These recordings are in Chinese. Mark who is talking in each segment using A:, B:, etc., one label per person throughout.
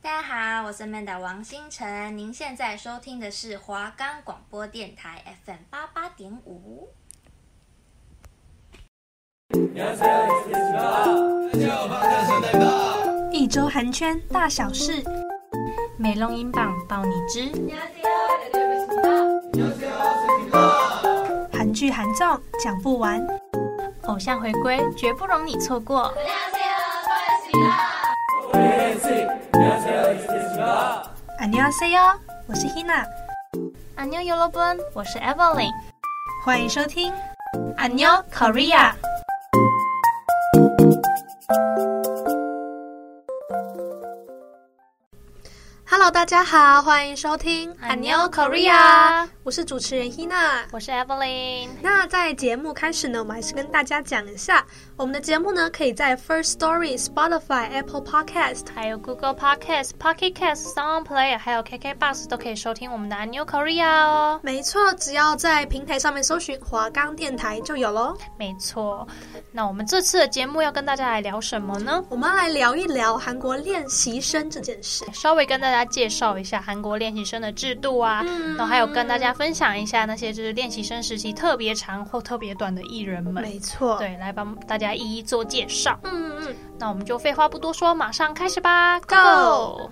A: 大家好，我是 Manda 王星辰，您现在收听的是华冈广播电台 FM 八八点五。
B: 一周韩圈大小事，美容音榜报你知。韩剧韩综讲不完，偶像回归绝不容你错过。안녕하세요，我是 Hina，
C: 안녕여러분，我是 Evelyn。
B: 欢迎收听
C: 안녕 Korea。
B: Hello，大家好，欢迎收听
C: 안녕 Korea
B: 我是主持人 Hina。
C: 我是 Evelyn。
B: 那在节目开始呢，我们还是跟大家讲一下，我们的节目呢可以在 First Story、Spotify、Apple Podcast、
C: 还有 Google Podcast、Pocket Cast、Sound Player，还有 KKBox 都可以收听我们的安妞 Korea 哦。
B: 没错，只要在平台上面搜寻华冈电台就有喽。
C: 没错，那我们这次的节目要跟大家来聊什么呢？
B: 我们要来聊一聊韩国练习生这件事。
C: 稍微跟大家介绍一下韩国练习生的制度啊，然后还有跟大家分享一下那些就是练习生时期特别长或特别短的艺人们。
B: 嗯没错，
C: 对，来帮大家一一做介绍。
B: 嗯嗯，
C: 那我们就废话不多说，马上开始吧
B: Go！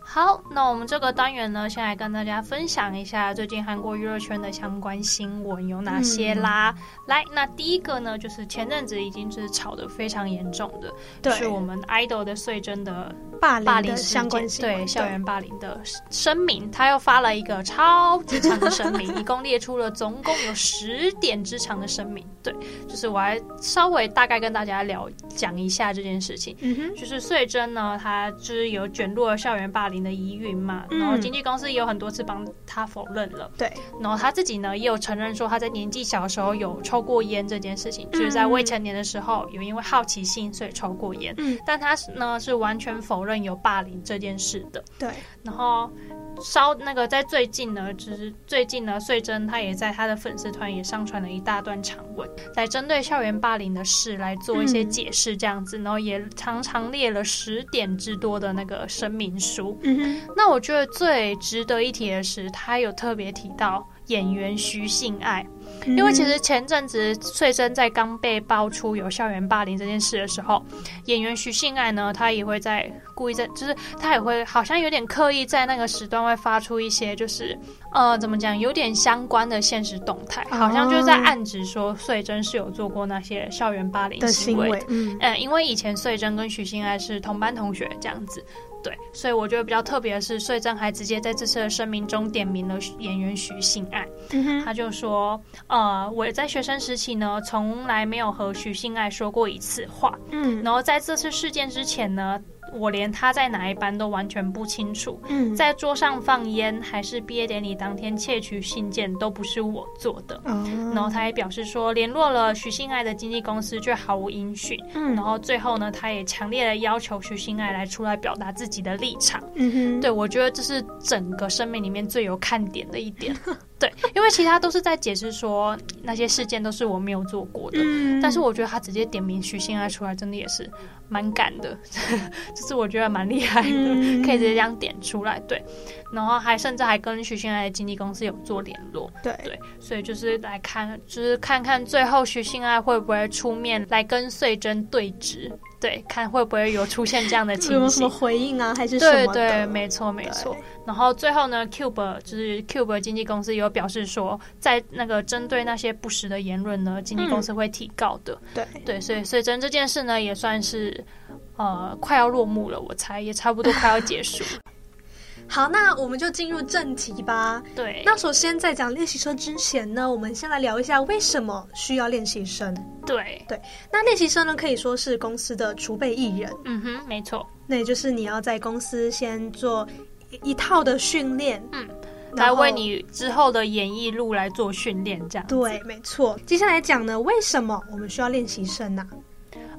C: 好，那我们这个单元呢，先来跟大家分享一下最近韩国娱乐圈的相关新闻有哪些啦。
B: 嗯
C: 来，那第一个呢，就是前阵子已经就是吵得非常严重的，
B: 对
C: 是我们 idol 的穗珍的
B: 霸
C: 霸
B: 凌
C: 凌
B: 的
C: 事件
B: 相关性，
C: 对校园霸凌的声明，他又发了一个超级长的声 明，一共列出了总共有十点之长的声明。对，就是我还稍微大概跟大家聊讲一下这件事情。
B: 嗯哼，
C: 就是穗珍呢，她就是有卷入了校园霸凌的疑云嘛，
B: 嗯
C: 然后经纪公司也有很多次帮她否认了，
B: 对，
C: 然后她自己呢也有承认说她在年纪小的时候有抽过烟这件事情，
B: 嗯
C: 就是在未成年的时候有因为好奇心所以抽过烟，
B: 嗯
C: 但她是呢是完全否认有霸凌这件事的。
B: 对，
C: 然后稍那个在最近呢，就是最近呢，穗珍她也在她的粉丝团也上传了一大段长文，来针对校园霸凌的事来做一些
B: 嗯
C: 解释，这样子，然后也常常列了十点之多的那个声明书。
B: 嗯哼，
C: 那我觉得最值得一提的是，她有特别提到。演员徐信爱，因
B: 嗯
C: 为其实前阵子穗珍在刚被爆出有校园霸凌这件事的时候，演员徐信爱呢，她也会在故意在，就是她也会好像有点刻意在那个时段会发出一些就是呃怎么讲，有点相关的现实动态，
B: 哦
C: 好像就是在暗指说穗珍是有做过那些校园霸凌
B: 的
C: 行
B: 行
C: 为的
B: 为，嗯
C: 嗯，因为以前穗珍跟许信爱是同班同学这样子，对，所以我觉得比较特别的是，穗珍还直接在这次的声明中点名了演员许信爱，
B: 嗯哼，
C: 他就说，呃，我在学生时期呢，从来没有和许信爱说过一次话，
B: 嗯
C: 然后在这次事件之前呢，我连他在哪一班都完全不清楚，
B: 嗯，
C: 在桌上放烟还是毕业典礼当天窃取信件都不是我做的。然后
B: 哦，
C: 他也表示说，联络了徐信爱的经纪公司却毫无音讯。
B: 嗯
C: 然后最后呢，他也强烈的要求徐新爱来出来表达自己的立场。
B: 嗯哼，
C: 对我觉得这是整个生命里面最有看点的一点。对，因为其他都是在解释说那些事件都是我没有做过的。
B: 嗯，
C: 但是我觉得他直接点名徐新爱出来，真的也是蛮敢的， 就是我觉得蛮厉害的，
B: 嗯
C: 可以直接这样点出来。对，然后还甚至还跟徐新爱的经纪公司有做联络。
B: 对，
C: 对，所以就是来看，就是看看最后徐信爱会不会出面来跟穗珍对峙，对，看会不会有出现这样 的
B: 有没
C: 情
B: 有什么
C: 形。
B: 回应啊，还是什
C: 对
B: 么
C: 对，
B: 的？
C: 没错没
B: 对
C: 错。然后最后呢，Cube 就是 Cube 经纪公司有表示说，在那个针对那些不实的言论呢，经纪公司会提告的。
B: 对，
C: 对，所以穗珍这件事呢，也算是呃快要落幕了，我猜也差不多快要 结束。
B: 好，那我们就进入正题吧。
C: 对，
B: 那首先在讲练习生之前呢，我们先来聊一下为什么需要练习生。
C: 对，
B: 那练习生呢，可以说是公司的储备艺人，
C: 嗯哼，没错。
B: 那也就是你要在公司先做一一套的训练，
C: 嗯，
B: 然
C: 来
B: 后
C: 为你之后的演艺路来做训练，这样子
B: 对，没错。接下来讲呢，为什么我们需要练习生呢、啊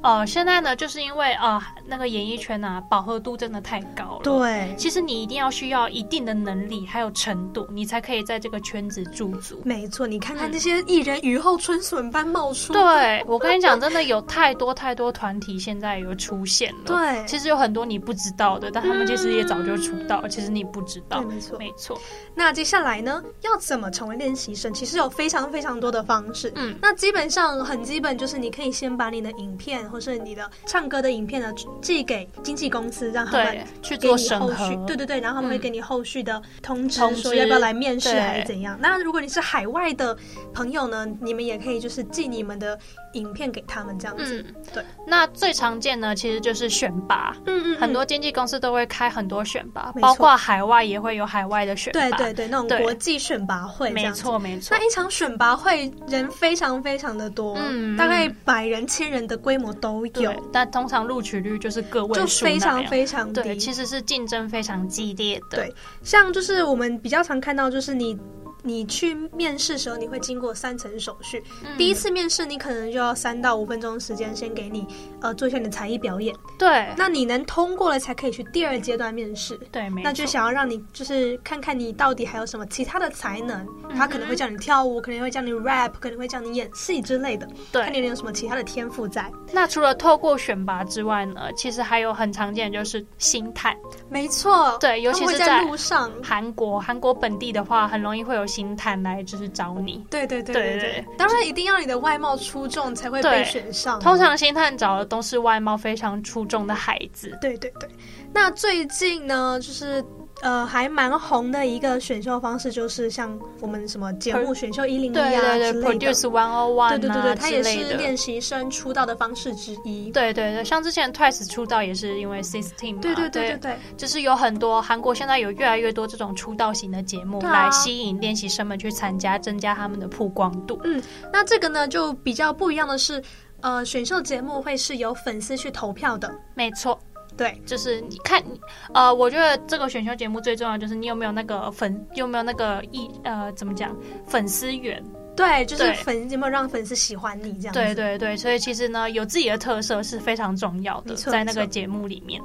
C: 呃，现在呢，就是因为呃那个演艺圈啊，饱和度真的太高了。
B: 对，
C: 其实你一定要需要一定的能力还有程度，你才可以在这个圈子驻足。
B: 没错，你看看那些艺人雨后春笋般冒出。
C: 嗯对我跟你讲，真的有太多太多团体现在有出现了。
B: 对
C: 其实有很多你不知道的，但他们其实也早就出道，其实你不知道
B: 对，。没错。
C: 哦没错，
B: 那接下来呢，要怎么成为练习生？其实有非常非常多的方式。
C: 嗯
B: 那基本上很基本，就是你可以先把你的影片或是你的唱歌的影片呢寄给经纪公司，让他们
C: 对，去
B: 给
C: 做
B: 你
C: 审
B: 后
C: 核
B: 续，，对对对，然后他们会
C: 嗯
B: 给你后续的通知
C: 通
B: 说
C: 知
B: 要不要来面试
C: 对
B: 还是怎样。那如果你是海外的朋友呢，你们也可以就是寄你们的影片给他们这样子。
C: 嗯，
B: 对。
C: 那最常见呢，其实就是选拔，
B: 嗯嗯
C: 很多经纪公司都会开很多选拔
B: 没错，
C: 包括海外也会有海外的选拔。
B: 对对对，那种
C: 对
B: 国际选拔会这
C: 没
B: 样子。
C: 错没错
B: 那。一场选拔会人非常非常的多，
C: 嗯
B: 大概百人、千人的规模都有
C: 对，，但通常录取率就是个
B: 就
C: 位数那
B: 非常
C: 样
B: 非常
C: 对，
B: 低
C: 其。实是竞争非常激烈的。
B: 对像就是我们比较常看到，就是你你去面试的时候，你会经过三层手续。
C: 嗯
B: 第一次面试，你可能就要三到五分钟时间，先给你呃做一下你的才艺表演。
C: 对
B: 那你能通过了，才可以去第二阶段面试。
C: 对，没
B: 那就
C: 错
B: 想要让你就是看看你到底还有什么其他的才能，他可能
C: 嗯
B: 会
C: 哼
B: 叫你跳舞，可能会叫你 rap，可能会叫你演戏之类的。看
C: 对。
B: 你有什么其他的天赋在。
C: 那除了透过选拔之外呢，其实还有很常见的就是心态。
B: 没错，
C: 对，尤其
B: 他们
C: 是
B: 会
C: 在
B: 哦在路上。
C: 韩国，韩国本地的话，很容易会有星探来就是找你。
B: 对对对
C: 对
B: 对
C: 对，
B: 当然一定要你的外貌出众才会被
C: 对
B: 选上。啊
C: 通，常星探找的都是外貌非常出众的孩子。
B: 对对对。那最近呢，就是呃还蛮红的一个选秀方式，就是像我们什么节目选秀一零一
C: 对
B: 啊
C: 对
B: 之
C: 对
B: 类的。
C: ，Produce One O
B: 对对
C: One
B: 对对，
C: 啊
B: 它
C: 之
B: 也是
C: 类的。
B: 练习生出道的方式之一。
C: 对对对，像之前 Twice 出道也是因为 Sixteen 嘛，
B: 对对对对对，
C: 就是有很多韩国现在有越来越多这种出道型的节目
B: 对啊
C: 来吸引练习生们去参加，增加他们的曝光度。
B: 那这个呢就比较不一样的是，呃，选秀节目会是由粉丝去投票的，
C: 没错，
B: 对，
C: 就是你看，呃，我觉得这个选秀节目最重要就是你有没有那个粉，有没有那个艺呃怎么讲粉丝缘。
B: 对，就是
C: 对
B: 粉有没有让粉丝喜欢你这样子。
C: 对对对，所以其实呢，有自己的特色是非常重要的，
B: 没错
C: 在那
B: 没
C: 个
B: 错
C: 节目里面。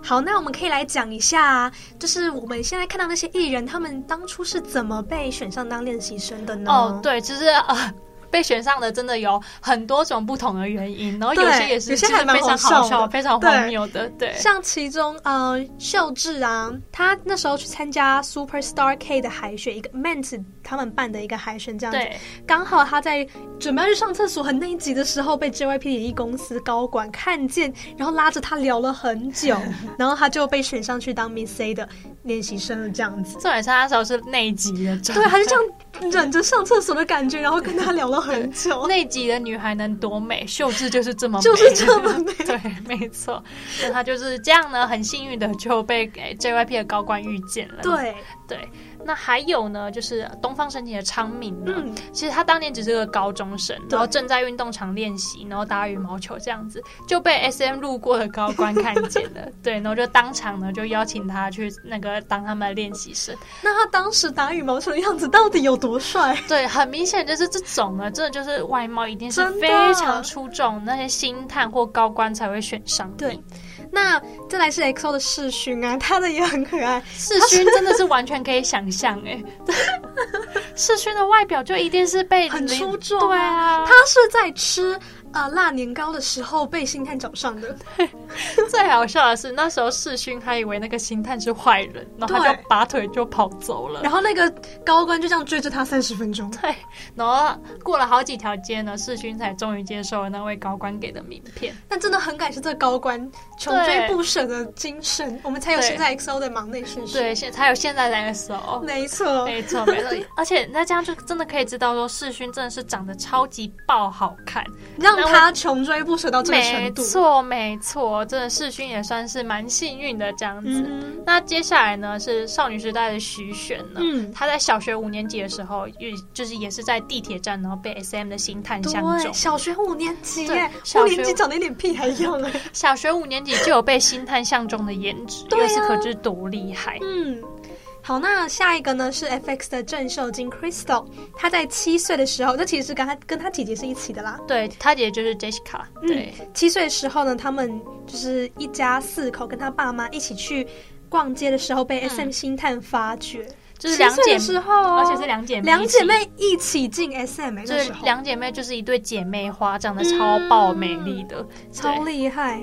B: 好，那我们可以来讲一下，就是我们现在看到那些艺人，他们当初是怎么被选上当练习生的呢？
C: 哦，，对，其实呃。被选上的真的有很多种不同的原因，然后有
B: 对
C: 些也是
B: 有些
C: 就是
B: 还蛮
C: 非常
B: 好笑
C: 好笑、
B: 的
C: 非常
B: 对
C: 荒谬的，对，
B: 像其中呃，秀智啊，她那时候去参加 Superstar K 的海选，一个 Mance 他们办的一个海选，这样子，
C: 对，
B: 刚好她在准备要去上厕所很那一集的时候，被 JYP 演艺公司高管看见，然后拉着她聊了很久，然后她就被选上去当 Miss A 的练习生了，这样 子。
C: 重点是他那时候是内急的状
B: 对，
C: 态，
B: 还是这样忍着上厕所的感觉，然后跟他聊了很久。
C: 内急的女孩能多美，秀智就是这么美
B: 就是这么美
C: 对，没错。那她就是这样呢，很幸运的就被诶 JYP 的高官遇见了。，
B: 对，
C: 那还有呢，就是呃东方神起的昌明呢，
B: 嗯，
C: 其实他当年只是个高中生，
B: 对
C: 然后正在运动场练习，然后打羽毛球这样子，就被 SM 路过的高官看见 了，对，然后就当场呢就邀请他去那个当他们的练习生。
B: 那他当时打羽毛球的样子到底有多帅？
C: 对，很明显就是这种呢，真的就是外貌一定是
B: 真的
C: 非常出众，那些星探或高官才会选上你。
B: 对那再来是 XO 的世勋啊， 他的也很可 爱，
C: 世勋真的是完全可以想象 哎、世勋的外表就一定是被
B: 很
C: 零
B: 出众啊
C: 对啊，
B: 他是在吃呃辣年糕的时候被星探找上 的，
C: 最好笑的是那时候世勋还以为那个星探是坏人，然后他
B: 对
C: 就拔腿就跑走了。
B: 然后那个高官就这样追着他三十分钟。
C: 对，然后过了好几条街呢，世勋才终于接受了那位高官给的名片。
B: 但真的很感谢这个高官穷追不舍的精神，我们才有现在 XO 的忙内世勋。
C: 对，现才有现在的 S O。
B: 没错，
C: 没错，没错，而且那这样就真的可以知道说，世勋真的是长得超级爆好看，
B: 让他穷追不舍到这个
C: 没
B: 程度。
C: 错，没错，真的世勋也算是蛮幸运的这样子。
B: 嗯
C: 那接下来呢是少女时代的徐玄呢，
B: 嗯，
C: 她在小学五年级的时候，也就是也是在地铁站，然后被 S M 的星探相
B: 对，
C: 中。
B: 小学五年级
C: 对
B: 耶，
C: 小
B: 五
C: 学
B: 年级长得一啊点屁还要嘞。
C: 小学五年级就有被星探相中的颜值，
B: 对啊
C: 由此可知多厉害。
B: 嗯，好，那下一个呢是 FX 的郑秀晶 Crystal，她在七岁的时候，这其实是跟她跟她姐姐是一起的啦。
C: 对，她姐就是 Jessica，对，
B: 七岁的时候呢，他们就是一家四口跟她爸妈一起去逛街的时候，被 SM 星探发掘。
C: 嗯就是两姐
B: 七岁的时候哦，
C: 而且是两姐妹，
B: 两姐，妹一起进 SM 欸
C: 就
B: 那
C: 是
B: 时候，
C: 两姐妹就是一对姐妹花，长得超爆美丽的，
B: 超厉害。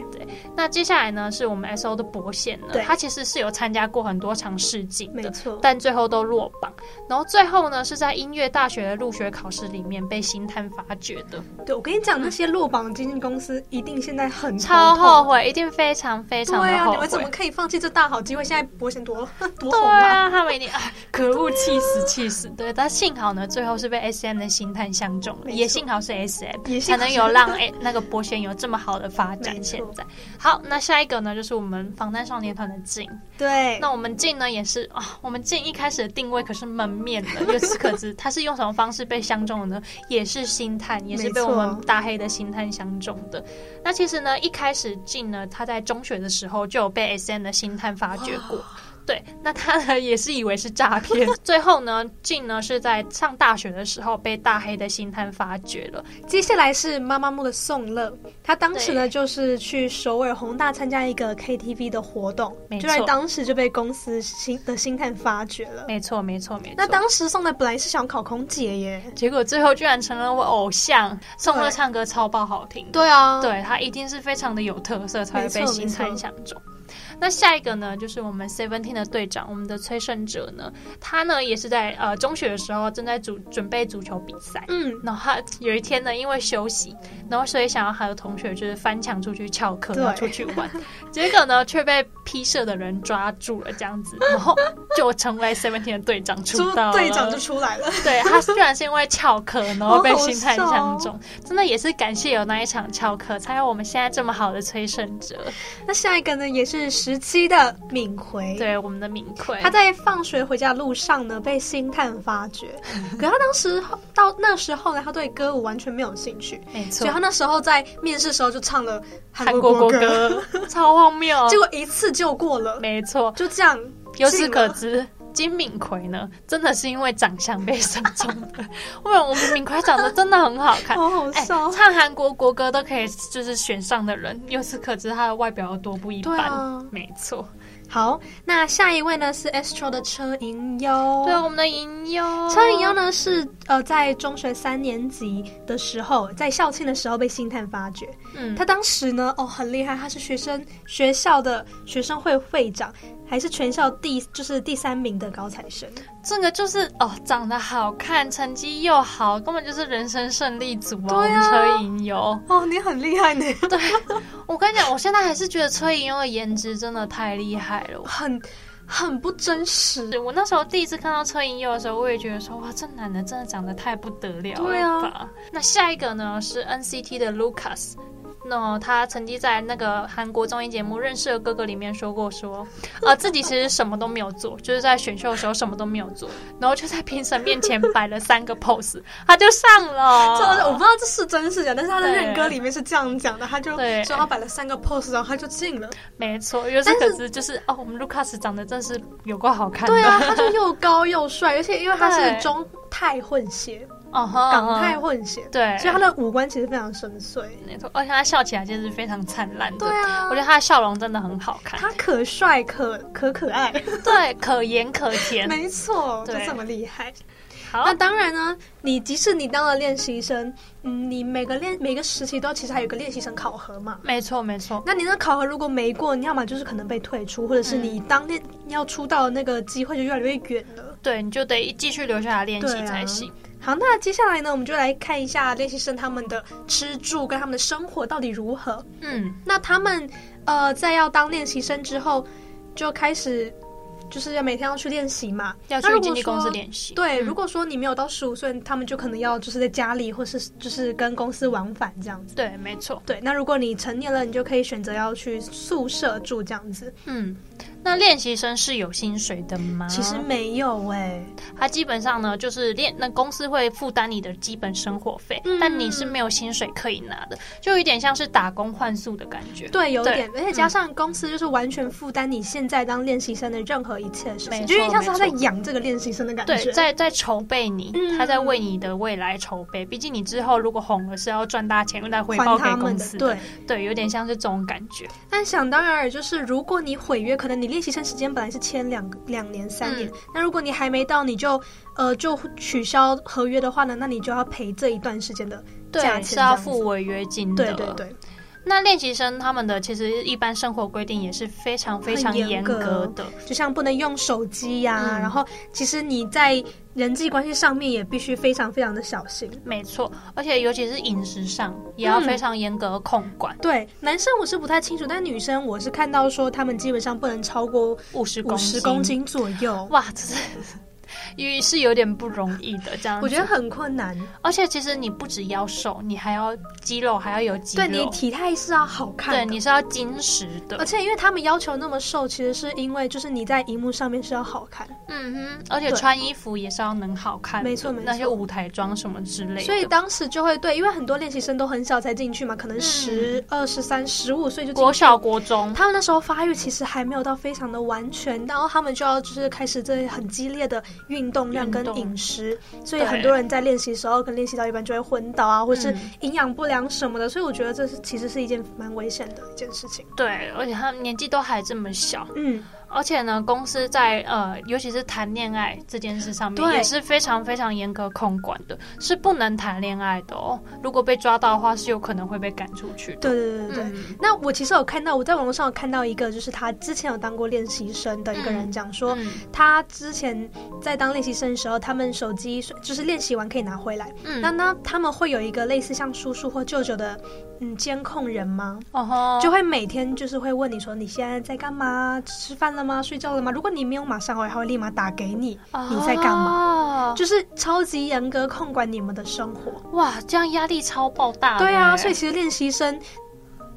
C: 那接下来呢，是我们 S O 的博贤呢
B: 对，
C: 他其实是有参加过很多场试镜
B: 没
C: 的，
B: 错，
C: 但最后都落榜。然后最后呢，是在音乐大学的入学考试里面被星探发掘的，
B: 对我跟你讲，那些落榜的经纪公司一定现在很
C: 嗯超
B: 头痛
C: 后悔，一定非常非常
B: 对
C: 的
B: 啊，
C: 后
B: 你们怎
C: 悔
B: 么。可以放弃这大好机会？现在博贤多多
C: 对
B: 红啊！
C: 啊，他们一定啊，可恶，气死，气死！对，但幸好呢，最后是被 S M 的星探相中了，
B: 没
C: 也
B: 错
C: 幸好是 S M，
B: 也幸好
C: 才能
B: 是
C: 有让哎那个博轩有这么好的发展
B: 没。错
C: 现在，好，那下一个呢，就是我们防弹少年团的静。
B: 对，
C: 那我们进呢也是啊、我们进一开始的定位可是门面的，由此可知，他是用什么方式被相中的呢？也是星探，也是被我
B: 没
C: 们
B: 错
C: 大黑的星探相中的。那其实呢，一开始进呢，他在中学的时候就有被 S M 的星探发掘过。对，那他呢也是以为是 诈骗，最后呢，进呢是在上大学的时候被大黑的星探发掘了。
B: 接下来是妈妈木的宋乐，她当时呢就是去首尔宏大参加一个 KTV 的活动
C: 没，
B: 就在
C: 错
B: 当时就被公司新的星探发掘了。
C: 没错，没错，没错。
B: 那当时宋乐本来是想考空姐耶，
C: 结果最后居然成了我偶像，宋
B: 对
C: 乐唱歌超爆好听的。
B: 对啊，
C: 对他一定是非常的有特色，才会被
B: 没错
C: 星
B: 没错
C: 探相中。那下一个呢，就是我们 Seventeen 的队长，我们的崔胜哲呢，他呢也是在呃中学的时候正在足准备足球比赛，
B: 嗯，
C: 然后他有一天呢因为休息，然后所以想要和同学就是翻墙出去翘课，
B: 对
C: 然后出去玩， 结果呢却被 P 社的人抓住了，这样子，然后就成为 Seventeen 的队长出
B: 出
C: 道了，
B: 队长就出来了，
C: 对他居然是因为翘课，然后被星探
B: 好好
C: 相
B: 笑哦
C: 中，真的也是感谢有那一场翘课，才有我们现在这么好的崔胜哲，
B: 那下一个呢也是十七的敏奎，
C: 对我们的敏奎，
B: 他在放学回家的路上呢，被星探发 掘。可他当时到那时候呢，他对歌舞完全没有兴趣，
C: 没
B: 所
C: 错
B: 以他，那时候在面试的时候就唱了韩
C: 韩
B: 国
C: 国
B: 国
C: 国歌 超荒谬，
B: 结果一次就过了，
C: 没错，
B: 就这样。
C: 由此
B: 进
C: 可
B: 了
C: 知。金敏奎呢，真的是因为长相被相中 的。因为我们敏奎长得真的很好看，
B: 好好
C: 哎、
B: 笑。
C: 唱韩国国歌都可以就是选上的人，由此可知他的外表有多不一
B: 对
C: 般。
B: 啊
C: 没错，
B: 好，那下一位呢是 Astro 的车银优。
C: 对我们的银优，
B: 车银优呢是呃在中学三年级的时候，在校庆的时候被星探发掘。
C: 嗯，
B: 他当时呢，哦，很厉害，他是学生学校的学生会会长，还是全校第就是第三名的高材生。
C: 这个就是哦，长得好看，成绩又好，根本就是人生胜利组啊！
B: 对啊
C: 我们车银优，
B: 哦，你很厉害呢，
C: 对我跟你讲，我现在还是觉得车银优的颜值真的太厉害了。
B: 很很不真实。
C: 我那时候第一次看到车银优的时候，我也觉得说，哇，这男的真的长得太不得了
B: 对
C: 了
B: 啊
C: 吧？那下一个呢是 NCT 的 Lucas。那他曾经在那个韩国综艺节目《认识的哥哥》里面说过说，呃，自己其实什么都没有做，就是在选秀的时候什么都没有做，然后就在评审面前摆了三个 pose，他就上
B: 这我不
C: 了。
B: 知道这是真是假，但是他的
C: 对
B: 认歌里面是这样讲的，他就
C: 对
B: 说他摆了三个 pose，然后他就进了。
C: 没错，由此可知就是哦，我们 Lucas 长得真是有够好看的。
B: 对 啊，他就又高又帅，而且因为他是
C: 对
B: 中泰混血，
C: 嗯哼，
B: 港泰
C: 嗯哼
B: 混血，
C: 对，
B: 所以他的五官其实非常深邃。
C: 没错，而且他笑起来真是非常灿烂的。
B: 对啊
C: 我觉得他的笑容真的很好看，
B: 他可帅可可可爱，
C: 对，可盐可甜。
B: 没错，就
C: 对
B: 这么厉害。
C: 好
B: 那，当然呢，你即使你当了练习生，嗯，你每个练每个时期都其实还有一个练习生考核嘛。
C: 没错没错，
B: 那你那考核如果没过，你要么就是可能被退出，或者是你当天要出道的那个机会就越来越远了。
C: 对，你就得继续留下来练习
B: 对啊
C: 才行。
B: 好，那接下来呢，我们就来看一下练习生他们的吃住跟他们的生活到底如何。
C: 嗯，
B: 那他们呃，在要当练习生之后，就开始就是要每天要去练习嘛。
C: 要
B: 那如
C: 去
B: 果
C: 经纪公司
B: 说
C: 练习。
B: 对，
C: 嗯
B: 如果说你没有到十五岁，他们就可能要就是在家里，或是就是跟公司往返这样子。
C: 对，没错。
B: 对，那如果你成年了，你就可以选择要去宿舍住这样子。
C: 嗯，那练习生是有薪水的吗？
B: 其实没有哎、
C: 它基本上呢，就是练那公司会负担你的基本生活费，
B: 嗯
C: 但你是没有薪水可以拿的，就有一点像是打工换宿的感觉。
B: 对，有一
C: 对嗯
B: 点，而且加上公司就是完全负担你现在当练习生的任何一切事
C: 没
B: 情，
C: 错
B: 就有点像是他在
C: 没错
B: 养这个练习生的感
C: 对
B: 觉。，
C: 在在筹备你，
B: 嗯
C: 他在为你的未来筹备。毕竟你之后如果红了，是要赚大钱来回
B: 还
C: 报给
B: 他们
C: 公
B: 的
C: 司
B: 对，
C: 对，有点像是这种感觉。
B: 但想当然尔，就是如果你毁约，可能你练习生时间本来是签两个两年、三
C: 嗯
B: 年，那如果你还没到，你就呃就取消合约的话呢，那你就要赔这一段时间的价
C: 对，
B: 钱
C: 是
B: 这样
C: 要
B: 子
C: 付违约金
B: 对
C: 的。
B: 对对，
C: 那练习生他们的其实一般生活规定也是非常非常
B: 很严
C: 严格
B: 格
C: 的，
B: 就像不能用手机呀、
C: 嗯
B: 然后其实你在人际关系上面也必须非常非常的小心。
C: 没错。而且尤其是饮食上，也要
B: 嗯
C: 非常严格控管，
B: 对，男生我是不太清楚，但女生我是看到说他们基本上不能超过
C: 五十
B: 五
C: 公
B: 十公。斤左右，
C: 哇，这是。也是有点不容易的，这样子。
B: 我觉得很困难。
C: 而且其实你不只要瘦，你还要肌肉，还要有肌
B: 对
C: 肉。
B: 你体态是要好看的，
C: 对你是要矜持
B: 而
C: 的，
B: 且因为他们要求那么瘦，其实是因为就是你在荧幕上面是要好看，
C: 嗯哼，而且
B: 对
C: 穿衣服也是要能好看的，
B: 没错没
C: 那些
B: 错
C: 舞台妆什么之类的。
B: 所以当时就会对，因为很多练习生都很小才进去嘛，可能十二、十三、十五岁就进
C: 嗯国
B: 去。
C: 小、国中，
B: 他们那时候发育其实还没有到非常的完全，然后他们就要就是开始这很激烈的运动量跟
C: 运动
B: 饮食，所以
C: 对
B: 很多人在练习的时候跟练习到一半就会昏倒啊，或是
C: 嗯
B: 营养不良什么的，所以我觉得这是其实是一件蛮危险的一件事情。
C: 对，而且他们年纪都还这么小，
B: 嗯，
C: 而且呢，公司在呃，尤其是谈恋爱这件事上面
B: 对
C: 也是非常非常严格控管的，是不能谈恋爱的哦。如果被抓到的话，是有可能会被赶出去的。
B: 对对对对对。
C: 嗯
B: 那我其实有看到，我在网络上有看到一个，就是他之前有当过练习生的一个人讲说，
C: 嗯
B: 他之前在当练习生的时候，他们手机就是练习完可以拿回来，
C: 嗯，
B: 那那他们会有一个类似像叔叔或舅舅的嗯监控人吗？
C: 哦吼，
B: 就会每天就是会问你说你现在在干嘛？吃饭了吗？睡觉了吗？如果你没有马上回来，他会立马打给你，你在干嘛？
C: 嘛
B: 就是超级严格控管你们的生活。
C: 哇，这样压力超爆大的欸。
B: 对啊，所以其实练习生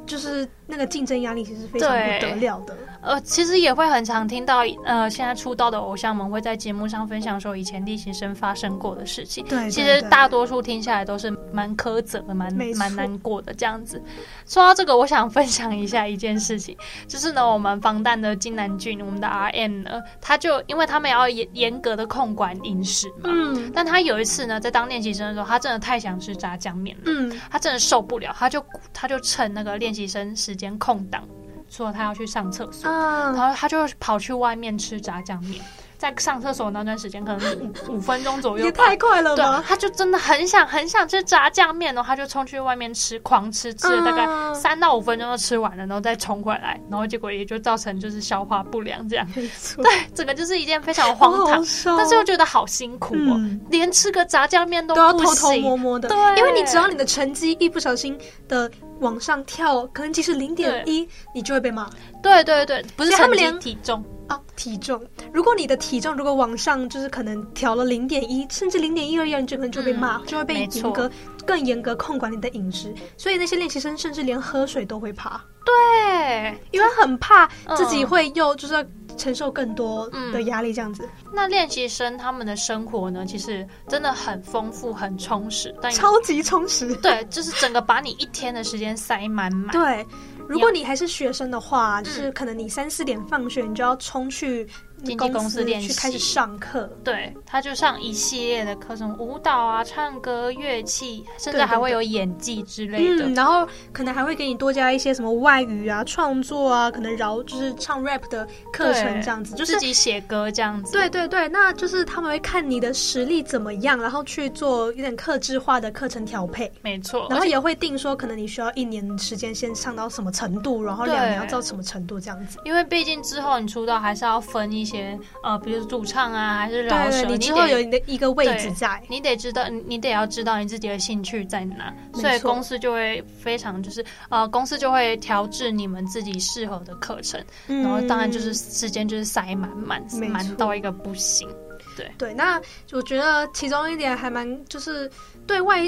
B: 就是那个竞争压力其实非常不得了的。
C: 呃，其实也会很常听到，呃，现在出道的偶像们会在节目上分享说以前练习生发生过的事情。
B: 对对
C: 其实
B: 对
C: 大多数听下来都是蛮苛责的，蛮
B: 没错
C: 蛮难过的这样子。说到这个，我想分享一下一件事情，就是呢，我们防弹的金南俊，我们的 RM 呢，他就因为他们要严严格的控管饮食嘛，
B: 嗯
C: 但他有一次呢，在当练习生的时候，他真的太想吃炸酱面了，
B: 嗯，
C: 他真的受不了，他就他就趁那个练习生时间空档，说他要去上厕所，
B: 啊，
C: 然后他就跑去外面吃炸酱面，在上厕所那段时间，可能五五分钟左右
B: 也
C: 吧
B: 太。快了
C: 对啊
B: 吧，！
C: 他就真的很想很想吃炸酱面哦，他就冲去外面吃，狂吃，吃啊了大概
B: 嗯
C: 三到五分钟就吃完了，然后再冲回来，然后结果也就造成就是消化不良这样。
B: 没错，
C: 对，整个就是一件非常荒唐，但
B: 但
C: 是又觉得好辛苦哦，
B: 嗯
C: 连吃个炸酱面都
B: 都要
C: 不
B: 偷偷
C: 行
B: 摸摸的，
C: 对
B: 因为你只要你的成绩一不小心的往上跳，可能即使零点一，你就会被骂
C: 对对对，不是
B: 所以他们
C: 成绩
B: 连
C: 体重，
B: 啊。体重，如果你的体重如果往上，就是可能调了零点一，甚至零点一二一，你就可能就被骂，就会被
C: 嗯没错
B: 严格、更严格控管你的饮食。所以那些练习生甚至连喝水都会怕，
C: 对。
B: 因为很怕自己
C: 嗯
B: 会又就是要承受更多的压力这样子，
C: 那练习生他们的生活呢，其实真的很丰富、很充实，但
B: 超级充实。
C: 对，就是整个把你一天的时间塞满满。
B: 对，如果你还是学生的话，就是可能你三四点放学，你就要冲去
C: 经纪公
B: 公
C: 司练习
B: 去开始上课。
C: 对，他就上一系列的课，什么舞蹈啊、唱歌、乐器，甚至
B: 对
C: 还会
B: 对
C: 有演技之类的。
B: 嗯，然后可能还会给你多加一些什么外语啊、创作啊，可能饶就是唱 rap 的课程
C: 对
B: 这样子，就是
C: 自己写歌这样子，
B: 对对对，那就是他们会看你的实力怎么样，然后去做有点克制化的课程调配，
C: 没错。
B: 然后也会定说可能你需要一年时间先上到什么程度，然后
C: 对
B: 两年要到什么程度这样子。
C: 因为毕竟之后你出道还是要分一些呃，比如主唱啊，还是饶
B: 对
C: 舌，
B: 对，你
C: 你
B: 之后
C: 得
B: 有你的一个位置
C: 对
B: 在。
C: 你得知道，你你得要知道你自己的兴趣在哪，
B: 没
C: 所以
B: 错
C: 公司就会非常就是呃，公司就会调制你们自己适合的课程，然后当然就是
B: 嗯
C: 时间就是塞满满，
B: 没
C: 满
B: 错
C: 到一个不行。对
B: 对，那我觉得其中一点还蛮就是对外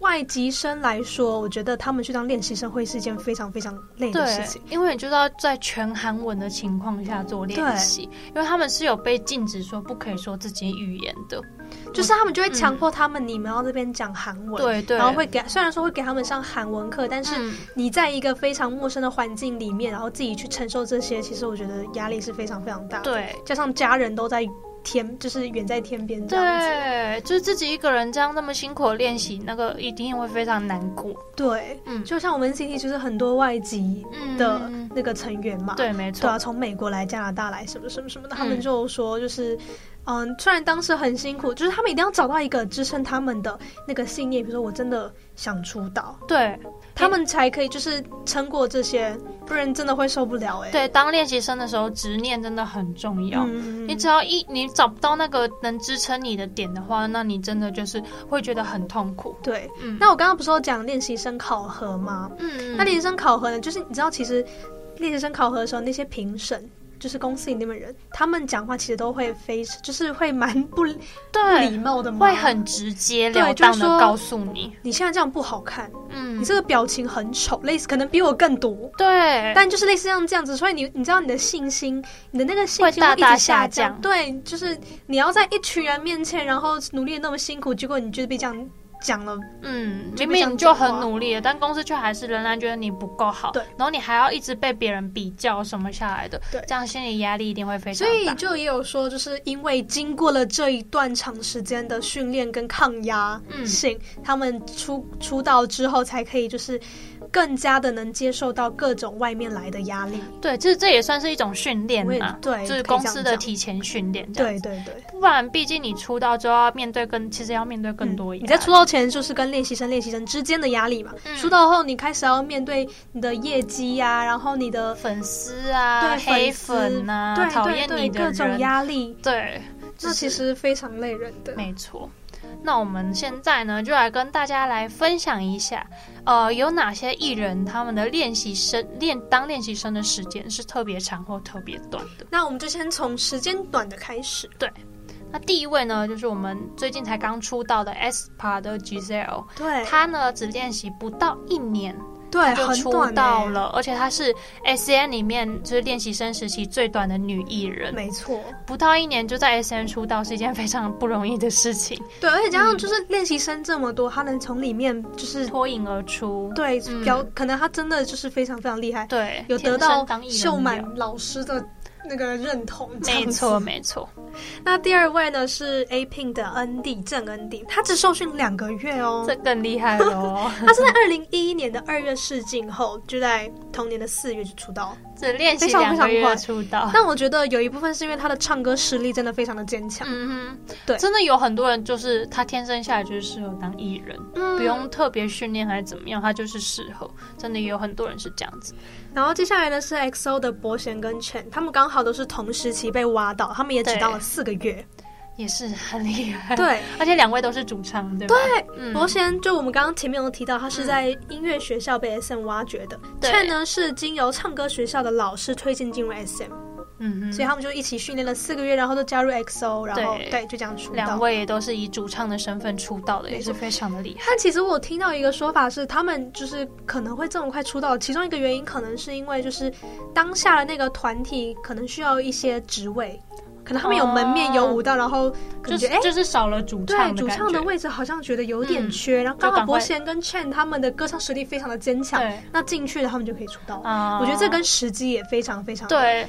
B: 外籍生来说，我觉得他们去当练习生会是一件非常非常累的事情
C: 对。，因为你就是要在全韩文的情况下做练习，因为他们是有被禁止说不可以说自己语言的。
B: 就是他们就会强迫他们，你们要这边讲韩文，
C: 对嗯对，
B: 然后会给，虽然说会给他们上韩文课，但是
C: 嗯
B: 你在一个非常陌生的环境里面，然后自己去承受这些，其实我觉得压力是非常非常大的。，
C: 对
B: 加上家人都在天，就是远在天边这样子。
C: 对，就是自己一个人这样那么辛苦的练习，那个一定会非常难过。
B: 对，
C: 嗯
B: 就像我们 CT 就是很多外籍
C: 嗯
B: 的那个成员嘛，
C: 对，没
B: 对
C: 错
B: 啊，，从美国来、加拿大来什么什么什么的，他
C: 嗯
B: 们就说就是。嗯，虽然当时很辛苦，就是他们一定要找到一个支撑他们的那个信念，比如说我真的想出道，
C: 对啊
B: 他们才可以就是撑过这些，不然真的会受不了哎、
C: 对，当练习生的时候，执念真的很重要。
B: 嗯，
C: 你只要一你找不到那个能支撑你的点的话，那你真的就是会觉得很痛苦。
B: 对。
C: 嗯，
B: 那我刚刚不是有讲练习生考核吗？
C: 嗯，
B: 那练习生考核呢，就是你知道，其实练习生考核的时候，那些评审。就是公司里那边人，他们讲话其实都会非，就是会蛮不不礼
C: 对
B: 貌的嘛，
C: 会很直截了
B: 对就
C: 当
B: 是
C: 的
B: 说
C: 告诉你，
B: 你现在这样不好看，
C: 嗯，
B: 你这个表情很丑，类似可能比我更毒，
C: 对，
B: 但就是类似像这样子，所以你你知道你的信心，你的那个信
C: 会
B: 心
C: 大
B: 一直
C: 大下
B: 下
C: 降
B: 对，就是你要在一群人面前，然后努力得那么辛苦，结果你就被这样讲了，
C: 嗯，
B: 就
C: 明
B: 不
C: 明
B: 想
C: 你就
B: 讲话
C: 很努力了，但公司却还是仍然觉得你不够好，
B: 对，
C: 然后你还要一直被别人比较什么下来的，
B: 对
C: 这样心理压力一定会非常
B: 所以
C: 大。
B: 就也有说，就是因为经过了这一段长时间的训练跟抗压
C: 嗯
B: 性，他们出出道之后才可以就是更加的能接受到各种外面来的压力。
C: 对，这这也算是一种训练
B: 我也
C: 嘛，
B: 对
C: 就是
B: 可以
C: 公
B: 这样
C: 司的
B: 讲
C: 提前训练这样
B: 对
C: 子，
B: 对对，
C: 不然毕竟你出道之后要面对更，其实要面对更多
B: 嗯你
C: 压力。
B: 在出道前就是跟练习生、练习生之间的压力嘛，
C: 嗯
B: 出道后你开始要面对你的业绩呀、然后你的。
C: 粉丝啊、
B: 对
C: 黑
B: 丝
C: 粉呐、
B: 对
C: 啊讨
B: 对
C: 厌
B: 对，
C: 你的
B: 各
C: 人，
B: 种压力，
C: 对，就
B: 那其
C: 是
B: 实非常累人的。
C: 没错。那我们现在呢，就来跟大家来分享一下，呃，有哪些艺人他们的练习生练当练习生的时间是特别长或特别短的。
B: 那我们就先从时间短的开始。
C: 那第一位呢，就是我们最近才刚出道的 aespa 的 Giselle，
B: 对，
C: 她呢只练习不到一年
B: 对
C: 就
B: 很
C: 出
B: 短
C: 道
B: 欸，
C: 了，而且她是 S N 里面就是练习生时期最短的女艺人，
B: 没错。
C: 不到一年就在 S N 出道是一件非常不容易的事情，
B: 对，而且加
C: 嗯
B: 上就是练习生这么多，他能从里面就是
C: 脱颖而出。
B: 对
C: 嗯
B: 比较，可能他真的就是非常非常厉害，
C: 对，
B: 有得
C: 天生
B: 到
C: 当艺人
B: 秀满
C: 料
B: 老师的那个认同。这样
C: 没
B: 子
C: 错，。没错，
B: 那第二位呢是 A Pink 的恩迪郑恩迪，他只受训两个月哦
C: 这。更厉害了哦！
B: 他是在二零一一年的二月试镜后，就在同年的四月就出道。
C: 只练习
B: 非常
C: 两
B: 非
C: 个
B: 常
C: 月
B: 快
C: 出 道。
B: 但我觉得有一部分是因为他的唱歌实力真的非常的坚强，
C: 嗯哼，
B: 对
C: 真的有很多人就是他天生下来就是适合当艺人，
B: 嗯
C: 不用特别训练还是怎么样，他就是适合。真的也有很多人是这样子。
B: 然后接下来呢是 XO 的伯贤跟 Chen，他们刚好都是同时期被挖到，他们也只
C: 对
B: 当了四个月。
C: 也是很厉害，
B: 对，
C: 而且两位都是主唱，对吧？对，嗯，
B: 伯贤就我们刚刚前面有提到，他是在音乐学校被 SM 挖掘的。
C: 对
B: Chen 呢是经由唱歌学校的老师推荐进入 SM，、
C: 嗯哼，
B: 所以他们就一起训练了四个月，然后就加入 XO，然后
C: 对
B: 对就这样出
C: 两
B: 道。
C: 位也都是以主唱的身份出道的，
B: 没
C: 也是
B: 错
C: 非常的厉害。
B: 但其实我听到一个说法是，他们就是可能会这么快出道，其中一个原因可能是因为就是当下的那个团体可能需要一些职位，可能他们有门面、
C: 哦
B: 有舞蹈，然后可
C: 就
B: 能觉
C: 是
B: 得哎。
C: 就是少了主
B: 对
C: 唱的
B: 主
C: 感
B: 唱的
C: 觉，
B: 位置好像觉得有
C: 嗯
B: 点缺，然后
C: 就
B: 刚好
C: 赶快
B: 伯贤跟 Chen 他们的歌唱实力非常的坚强，
C: 对
B: 那进去了他们就可以出道。
C: 啊
B: 我觉得这跟时机也非常非常地
C: 对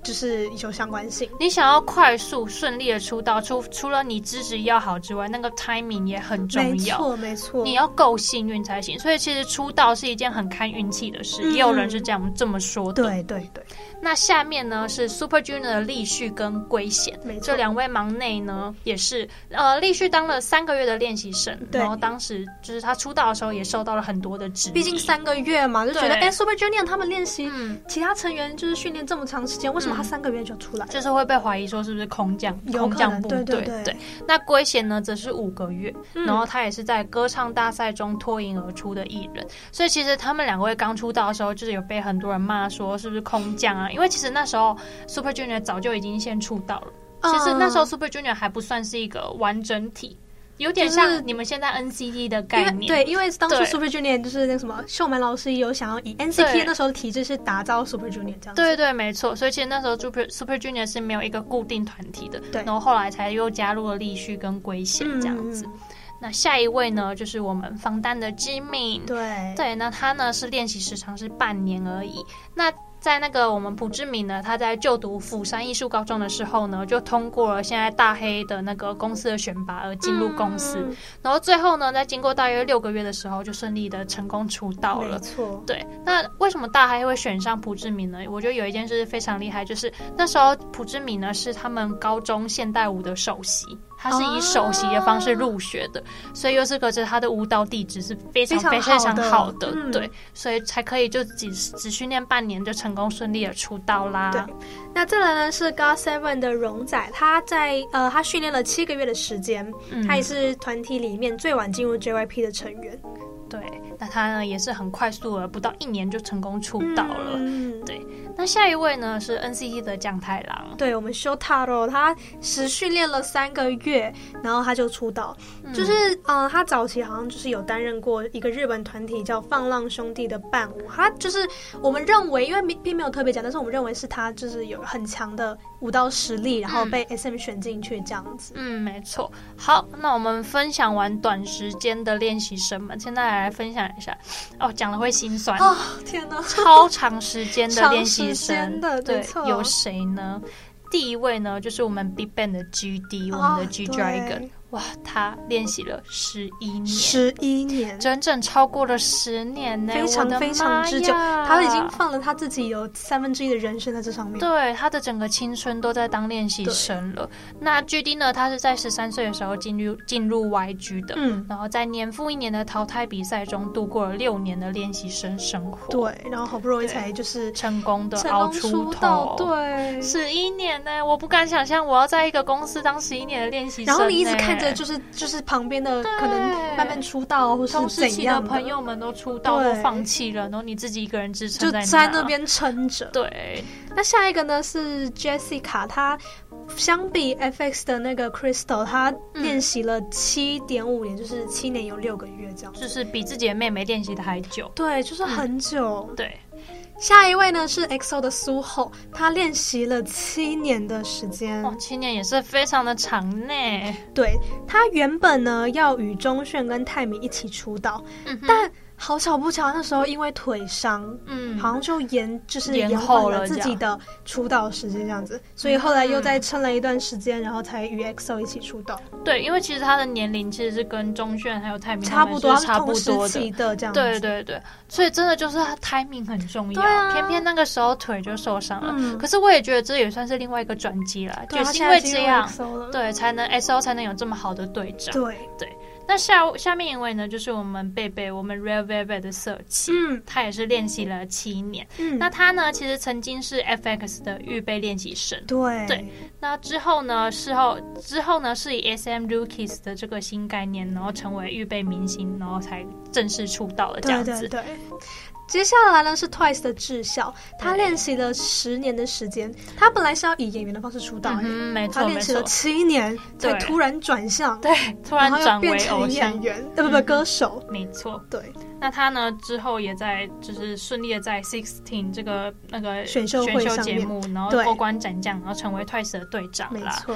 B: 就是有相关性。
C: 你想要快速顺利的出道，除除了你资质要好之外，那个 timing 也很
B: 没
C: 重要。
B: 错没错，
C: 你要够幸运才行，所以其实出道是一件很看运气的事，
B: 嗯
C: 也有人是这样这么说的。，
B: 对对对，
C: 那下面呢是 Super Junior 的立旭跟圭贤，
B: 没错
C: 这两位忙内呢也是，呃，立旭当了三个月的练习生，
B: 对
C: 然后当时就是他出道的时候也受到了很多的质疑，
B: 毕竟三个月嘛，就觉得
C: 对
B: 哎，Super Junior 他们练习
C: 嗯，
B: 其他成员就是训练这么长时间，为什么他
C: 嗯
B: 三个月就出来？
C: 就是会被怀疑说是不是空降
B: 有
C: 空
B: 可
C: 降
B: 能
C: 部队
B: 对对对
C: 那圭贤呢，则是五个月，
B: 嗯
C: 然后他也是在歌唱大赛中脱颖而出的艺人。所以其实他们两位刚出道的时候，就是有被很多人骂说是不是空降啊？因为其实那时候 Super Junior 早就已经先出道了，其实那时候
B: 嗯
C: Super Junior 还不算是一个完整体，有点像你们现在 NCT 的概
B: 因为
C: 念。
B: 对，因为当初
C: 对
B: Super Junior 就是那个什么秀满老师也有想要以 NCT
C: 对
B: 那时候的体制是打造 Super Junior 这样子。嗯
C: 对对，没错。所以其实那时候 Super Super Junior 是没有一个固定团体的，
B: 对
C: 然后后来才又加入了立旭跟圭贤
B: 嗯，
C: 这样子。那下一位呢，就是我们防弹的 Jimin。
B: 对
C: 对，那他呢是练习时长是半年而已。那在那个我们朴志敏呢，他在就读釜山艺术高中的时候呢，就通过了现在大黑的那个公司的选拔而进入公司，
B: 嗯
C: 然后最后呢，在经过大约六个月的时候，就顺利的成功出道
B: 没
C: 了。
B: 错，
C: 对，那为什么大黑会选上朴志敏呢？我觉得有一件事非常厉害，就是那时候朴志敏呢是他们高中现代舞的首席，他是以首席的方
B: 哦
C: 式入学的，所以又是个是他的舞蹈底子是非常
B: 非
C: 非
B: 常好
C: 常
B: 的
C: 好的，
B: 嗯
C: 对，所以才可以就只只训练半年就成功顺利的出道啦。
B: 对那再来呢是 God Seven 的荣仔，他在呃他训练了七个月的时间，
C: 嗯
B: 他也是团体里面最晚进入 JYP 的成员，
C: 嗯对，那他呢也是很快速的，不到一年就成功出道了。
B: 嗯
C: 对那下一位呢是 NCT 的酱太郎，
B: 对我们 Shotaro，他实训练了三个月，然后他就出道。就是
C: 嗯
B: 呃，他早期好像就是有担任过一个日本团体叫放浪兄弟的伴舞，他就是我们认为，因为并并没有特别讲，但是我们认为是他就是有很强的舞蹈实力，然后被 SM 选进去这样子。
C: 嗯，没错。好，那我们分享完短时间的练习生们，现在来分享一下。哦，讲了会心酸。
B: 哦，天哪！
C: 超长时间的练习
B: 长时间
C: 生，
B: 的
C: 对
B: 没错，
C: 有谁呢？第一位呢，就是我们 Big Bang 的 GD，、我们的 G
B: 哦对
C: Dragon，哇，他练习了十一年，
B: 十一年，
C: 整整超过了十年呢，
B: 非常
C: 我的妈呀
B: 非常之久，他已经放了他自己有三分之一的人生在这上面。
C: 对，他的整个青春都在当练习生了。那 GD 呢？他是在十三岁的时候进入进入 YG 的，
B: 嗯，
C: 然后在年复一年的淘汰比赛中度过了六年的练习生生活，，
B: 对，然后好不容易
C: 对
B: 才就是
C: 成功的
B: 成
C: 熬
B: 功出
C: 头
B: 道，，对，
C: 十一年呢、我不敢想象我要在一个公司当十一年的练习生、
B: 然
C: 欸
B: 后你一直看着，就
C: 就
B: 是就是旁边的
C: 对
B: 可能慢慢出道或是
C: 同时
B: 怎
C: 期的
B: 样
C: 朋友们都出道
B: 对
C: 都放弃了，然后你自己一个人支撑
B: 就
C: 在
B: 在那。边撑着。
C: 对，
B: 那下一个呢是 Jessica，她相比 FX 的那个 Crystal，她练习了七点五年，就是七年有六个月这样。
C: 嗯就是比自己的妹妹练习的还久。
B: 对，就是很久。
C: 对，
B: 下一位呢是 XO 的苏后，她练习了七年的时间。
C: 哇，七哦年也是非常的长呢。
B: 对，她原本呢要与钟铉跟泰民一起出道，
C: 嗯哼，
B: 但好巧不巧，那时候因为腿伤，
C: 嗯，
B: 好像就延就是
C: 延
B: 延
C: 后
B: 后
C: 了
B: 了自
C: 这
B: 己
C: 样
B: 的出道时间这样子，所以后来又再撑了一段时间，然后才与 EXO 一起出道，
C: 对，因为其实他的年龄其实是跟钟铉还有泰明
B: 差不多，
C: 他
B: 他
C: 们
B: 们
C: 是差
B: 同
C: 不多
B: 时
C: 的
B: 期。的这样子。
C: 对对对，所以真的就是他 timing 很重要，
B: 对啊
C: 偏偏那个时候腿就受伤了。
B: 嗯
C: 可是我也觉得这也算是另外一个转机啦，
B: 对，
C: 就
B: 他
C: 是因
B: 现在
C: 为
B: 已经
C: 这
B: 有
C: 样，
B: EXO 了。
C: 对，才能 S O 才能有这么好的队长。
B: 对，
C: 那下下面一位呢，就是我们贝贝，我们 Red Velvet 的社企，
B: 嗯
C: 他也是练习了七年。
B: 嗯，
C: 那他呢，其实曾经是 F X 的预备练习生。
B: 对
C: 对那之后呢，事后之后呢，是以 S M Rookies 的这个新概念，然后成为预备明星，然后才正式出道的这
B: 对
C: 样子。
B: 对对。接下来呢是 Twice 的智孝，他练习了十年的时间，他本来是要以演员的方式出道
C: 嗯
B: 的，
C: 哼，没
B: 他
C: 错没
B: 练习了
C: 错，
B: 七年才
C: 对
B: 突然转向，
C: 对， 突然
B: 然后又
C: 转
B: 变
C: 为偶
B: 成演
C: 像，
B: 员，呃不不
C: 嗯
B: 歌手，
C: 没错。
B: 对。
C: 那他呢之后也在就是顺利的在 Sixteen 这个那个
B: 选秀会
C: 选秀
B: 上
C: 节
B: 面
C: 目，然后
B: 对
C: 过关斩将，然后成为 Twice 的队长
B: 没
C: 啦。
B: 错，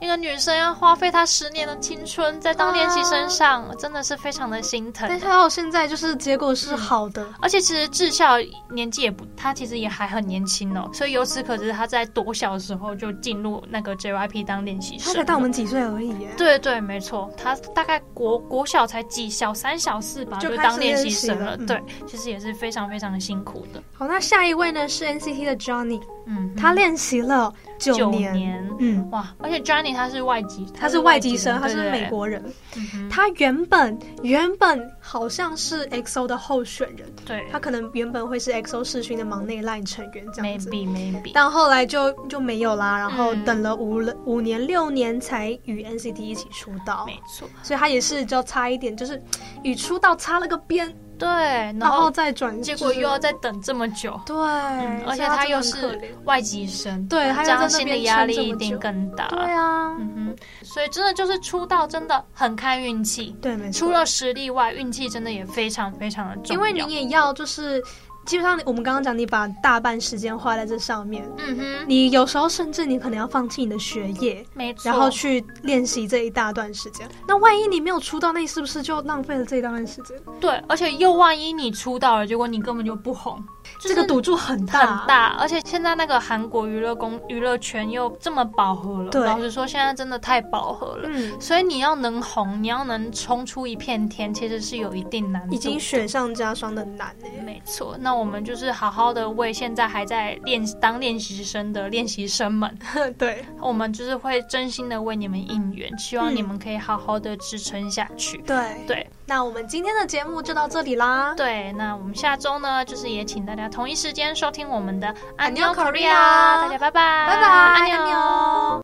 C: 一个女生要花费她十年的青春在当练习生上，
B: 啊
C: 真的是非常的心疼
B: 但。是到现在就是结果是好的，
C: 而且其实智孝年纪也不，她其实也还很年轻哦，所以由此可知，她在多小的时候就进入那个 JYP 当练习
B: 他
C: 生了。
B: 才大我们几岁而已耶，
C: 对对，没错，他大概国国小才几小三小四吧，
B: 就
C: 就
B: 开
C: 当
B: 始
C: 练
B: 练
C: 习
B: 习
C: 生
B: 了
C: 了。
B: 嗯
C: 对，其实也是非常非常辛苦的。
B: 好，那下一位呢是 NCT 的 Johnny，、
C: 嗯，
B: 他练习了
C: 九
B: 九年，嗯，
C: 哇！而且 Johnny 他是外籍，
B: 他是外籍生，他
C: 对
B: 是
C: 对
B: 美国人，
C: 嗯哼
B: 他原本原本好像是 XO 的候选人，
C: 对
B: 他可能原本会是 XO 世勋的忙内 line 成员这样子。
C: ，maybe maybe，
B: 但后来就就没有啦，然后
C: 嗯
B: 等了五了五年六年才与 NCT 一起出道，
C: 没错。
B: 所以他也是就差一点，就是与出道擦了个边，
C: 对，然
B: 然后
C: 后
B: 再转，
C: 结果又要再等这么久，
B: 对，
C: 而且
B: 所以真
C: 他
B: 的
C: 又
B: 很可
C: 是
B: 怜
C: 外籍生，
B: 对，他
C: 这
B: 又在
C: 样
B: 那
C: 心
B: 边
C: 理压
B: 撑
C: 力
B: 这么
C: 一定
B: 久
C: 更大。
B: 对啊，
C: 嗯哼，所以真的就是出道真的很看运气，
B: 对，没错
C: 除。了实力外，运气真的也非常非常的重要。
B: 因为你也要就是，基本上我们刚刚讲，你把大半时间花在这上面，
C: 嗯哼，
B: 你有时候甚至你可能要放弃你的学业，
C: 没错。
B: 然后去练习这一大段时间。那万一你没有出道，那你是不是就浪费了这一大段时间？
C: 对，而且又万一你出道了，结果你根本就不红，
B: 这个赌注很
C: 很
B: 大。
C: 大。而且现在那个韩国娱乐公娱乐圈又这么饱和了，
B: 对
C: 老实说，现在真的太饱和了。
B: 嗯，
C: 所以你要能红，你要能冲出一片天，其实是有一定难度的。
B: 已经雪上加霜的难呢、
C: 没错，那我们就是好好的为现在还在练当练习生的练习生们，
B: 对，
C: 我们就是会真心的为你们应援，希望
B: 嗯
C: 你们可以好好的支撑下去。
B: 对，
C: 对
B: 那我们今天的节目就到这里啦。
C: 对，那我们下周呢，就是也请大家同一时间收听我们的《安妞
B: 안녕
C: Korea》，
B: Korea
C: 大家拜拜，
B: 拜拜
C: 安妞。